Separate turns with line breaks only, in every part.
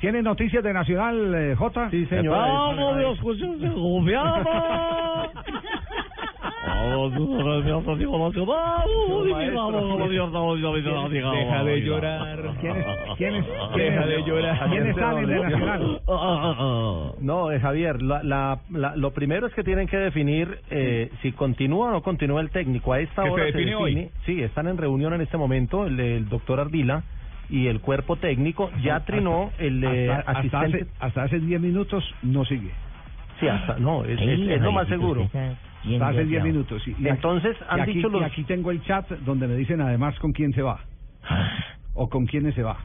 ¿Tienes noticias de Nacional, eh, Jota?
Sí, señor.
Vamos, Dios, pues, escuchamos de Gobiama. Vamos, Dios, nos dijo Nacional. Vamos,
maestro.
vamos, Dios, vamos, Dios, vamos, Dios,
Deja de llorar.
¿Quién es? ¿Quién es? ¿Quién
Deja
es?
de llorar.
¿Quiénes salen de Nacional?
Oh.
No, eh, Javier, la, la- la- lo primero es que tienen que definir eh, si continúa o no continúa el técnico. A esta
Que se
hora se
define
define.
hoy.
Sí, están en reunión en este momento el, el doctor Ardila y el cuerpo técnico. Ya trinó el eh,
Hasta, hasta
asistente.
hace, hasta hace 10 minutos no sigue.
Sí, hasta, no, es, es- es lo más seguro.
Hasta hace 10 minutos. Y, y aquí-
Entonces,
y
han
aquí,
dicho los-
y aquí tengo el chat donde me dicen además con quién se va.
Ah.
O con quiénes se va.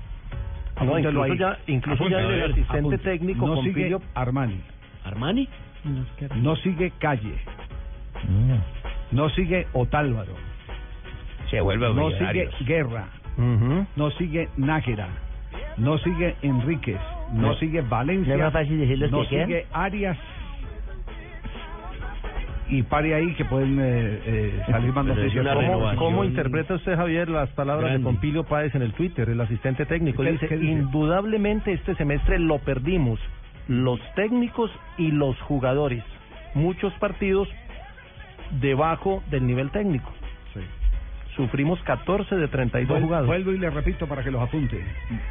No,
Apúntelo
incluso
ahí.
ya, incluso ya
Apúntelo, a
el
ver,
asistente
Apunte.
técnico
no sigue
Pompilio
Armani,
¿Armani?
no sigue Calle, no sigue Otálvaro,
Se vuelve
no sigue Guerra,
Ujú.
no sigue Nájera, no sigue Enríquez, no
No.
sigue Valencia,
No es más fácil decir los
no
que quedan.
sigue Arias. Y pare ahí que pueden eh, eh, salir más
Pero es
noticias.
una
¿Cómo,
renovación.
cómo interpreta usted, Javier, las palabras
Grande.
de Pompilio Páez en el Twitter, el asistente técnico?
¿Qué-
Él dice,
qué dice?
indudablemente este semestre lo perdimos, los técnicos y los jugadores. Muchos partidos debajo del nivel técnico.
Sí.
Sufrimos 14 de 32
Vuel-
jugados.
Vuelvo y le repito para que los apunte.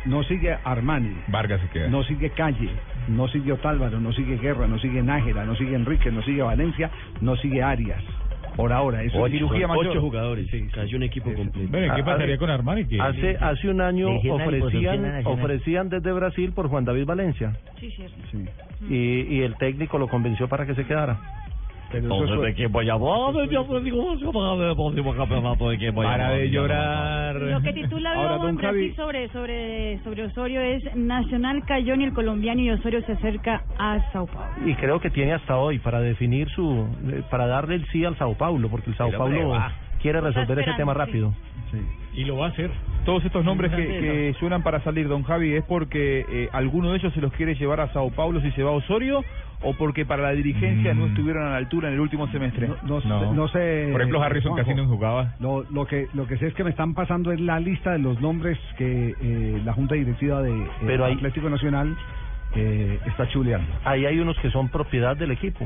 No sigue Armani,
Vargas se queda.
no sigue Calle, no sigue Otálvaro, no sigue Guerra, no sigue Nájera, no sigue Enrique, no sigue Valencia, no sigue Arias. Por ahora, eso es cirugía mayor.
Ocho jugadores, cayó un equipo completo.
Bueno, ¿y qué
A-
pasaría
a-
con Armani? Que
Hace, hace un año
Regional y posición
ofrecían,
nacional.
ofrecían desde Brasil por Juan David Valencia
Sí, cierto.
Sí,
y, y el técnico lo convenció para que se quedara.
pero eso
Entonces,
fue-
¿de qué voy a hablar? Yo te digo, vamos a pagar el próximo campeonato, ¿de qué voy a
Para
hablar?
de
eh,
llorar.
Lo que titula
Ahora,
Globo en
don Javi.
Brasil sobre, sobre, sobre Osorio es Nacional cayó en el colombiano y Osorio se acerca a Sao Paulo.
y creo que tiene hasta hoy para definir su eh, para darle el sí al Sao Paulo porque el Sao
El hombre
Paulo
va.
quiere resolver ese
esperando,
tema
sí.
rápido
sí.
Y lo va a hacer.
Todos estos nombres que, que suenan para salir, don Javi, ¿es porque eh, alguno de ellos se los quiere llevar a Sao Paulo si se va Osorio o porque para la dirigencia
Mm.
no estuvieron a la altura en el último semestre?
No.
No, no sé, no sé, eh,
Por ejemplo, Harrison
Juanjo.
casi no jugaba.
Lo, lo que lo que sé es que me están pasando es la lista de los nombres que eh, la Junta Directiva de eh,
Pero ahí-
Atlético Nacional eh, está chuleando.
ahí hay unos que son propiedad del equipo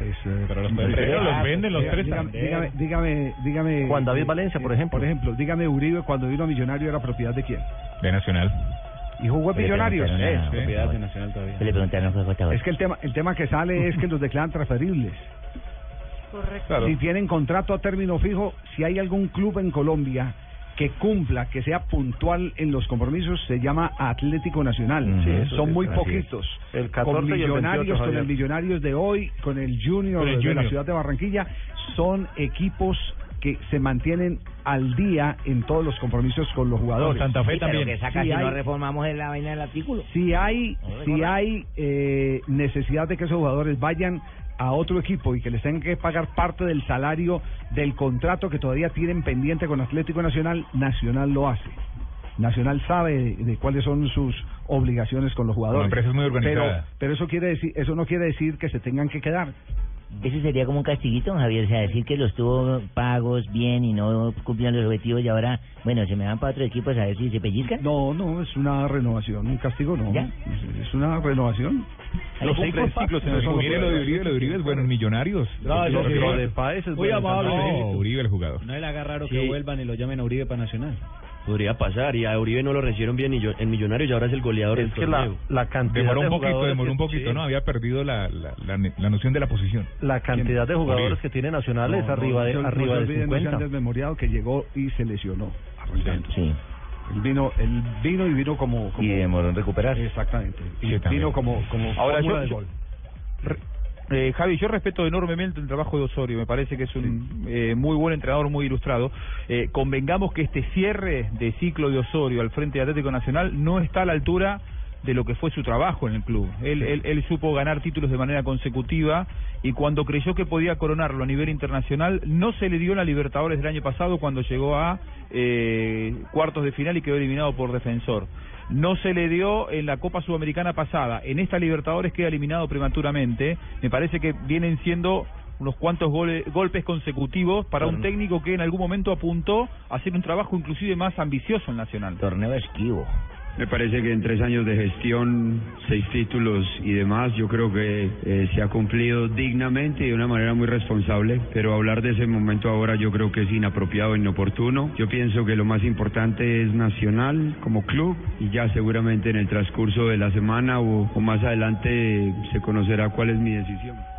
Es, eh,
Pero los
un
venden,
regalo.
los venden, los
Diga-
prestan.
Dígame, dígame, dígame. eh,
Juan David Valencia, por ejemplo.
Por ejemplo, dígame Uribe cuando vino a Millonario era propiedad de quién.
De Nacional.
Y jugó en
Oye,
Millonarios.
pero no, no,
Es,
no,
eh.
propiedad de
Nacional todavía.
Se le preguntaron fue a Jota Valle.
Es que el tema el tema que sale es que los declaran transferibles.
Correcto.
Claro.
Si tienen contrato a término fijo, si hay algún club en Colombia que cumpla, que sea puntual en los compromisos, se llama Atlético Nacional.
Sí,
eso
Son
sí,
muy
así es.
poquitos.
El 14
con
y el 28,
Millonarios, con
Javier.
el Millonarios de hoy, con el Junior
Con el
de la
Junior.
ciudad de Barranquilla, son equipos que se mantienen al día en todos los compromisos con los
Con
jugadores.
Santa Fe
Sí, pero que
también.
saca
Sí,
si
hay-
no reformamos en la vaina del artículo.
Si hay, si hay eh, necesidad de que esos jugadores vayan a otro equipo y que les tengan que pagar parte del salario del contrato que todavía tienen pendiente con Atlético Nacional, Nacional lo hace. Nacional sabe de, de cuáles son sus obligaciones con los jugadores.
empresa es muy organizada.
Pero, pero eso quiere decir, eso no quiere decir que se tengan que quedar.
Ese sería como un castiguito, don Javier, o sea, decir que los tuvo pagos bien y no cumplieron los objetivos y ahora, bueno, se me van para otro equipo a ver si se pellizcan.
No, no, es una renovación, un castigo no.
¿Ya?
Es, es una renovación.
Ahí
Los
cumple
ciclos, ciclos,
no son
Mire lo de Uribe, lo de Uribe es bueno en Millonarios.
No,
lo,
yo sí.
lo de Paez es
Muy
bueno,
amable.
Santa Fe.
No, Uribe el jugador.
No le haga raro
que vuelvan
y lo llamen a Uribe para Nacional.
Podría pasar, y a Uribe no lo recibieron bien y yo, en Millonarios y ahora es el goleador
es
del
que la,
torneo.
la cantidad
Demoró
de
un poquito,
jugadores
demoró un
que-
poquito,
sí.
¿no? Había perdido la, la, la, la noción de la posición.
la cantidad de jugadores
Uribe.
que tiene Nacional es
No, no,
arriba de
no se- no
arriba
se
de
olviden, no se han
50
desmemoriado que llegó y se lesionó. Arrancando.
Sí,
Él vino, él vino y vino como... como-
y demoró en recuperarse.
Exactamente. Y
Sí, también.
vino como, como
Ahora,
fórmula
yo-
de
yo-
gol.
Re- eh, Javi, yo respeto enormemente el trabajo de Osorio, me parece que es un eh, muy buen entrenador, muy ilustrado. Eh, convengamos que este cierre de ciclo de Osorio al frente de Atlético Nacional no está a la altura de lo que fue su trabajo en el club. Él, él, él supo ganar títulos de manera consecutiva y cuando creyó que podía coronarlo a nivel internacional, no se le dio la Libertadores del año pasado cuando llegó a eh, cuartos de final y quedó eliminado por defensor. No se le dio en la Copa Sudamericana pasada. En esta Libertadores queda eliminado prematuramente. Me parece que vienen siendo unos cuantos gole- golpes consecutivos para un técnico que en algún momento apuntó a hacer un trabajo inclusive más ambicioso en Nacional.
Torneo esquivo.
Me parece que en tres años de gestión, seis títulos y demás, yo creo que eh, se ha cumplido dignamente y de una manera muy responsable, pero hablar de ese momento ahora yo creo que es inapropiado, e inoportuno. Yo pienso que lo más importante es Nacional como club y ya seguramente en el transcurso de la semana o, o más adelante se conocerá cuál es mi decisión.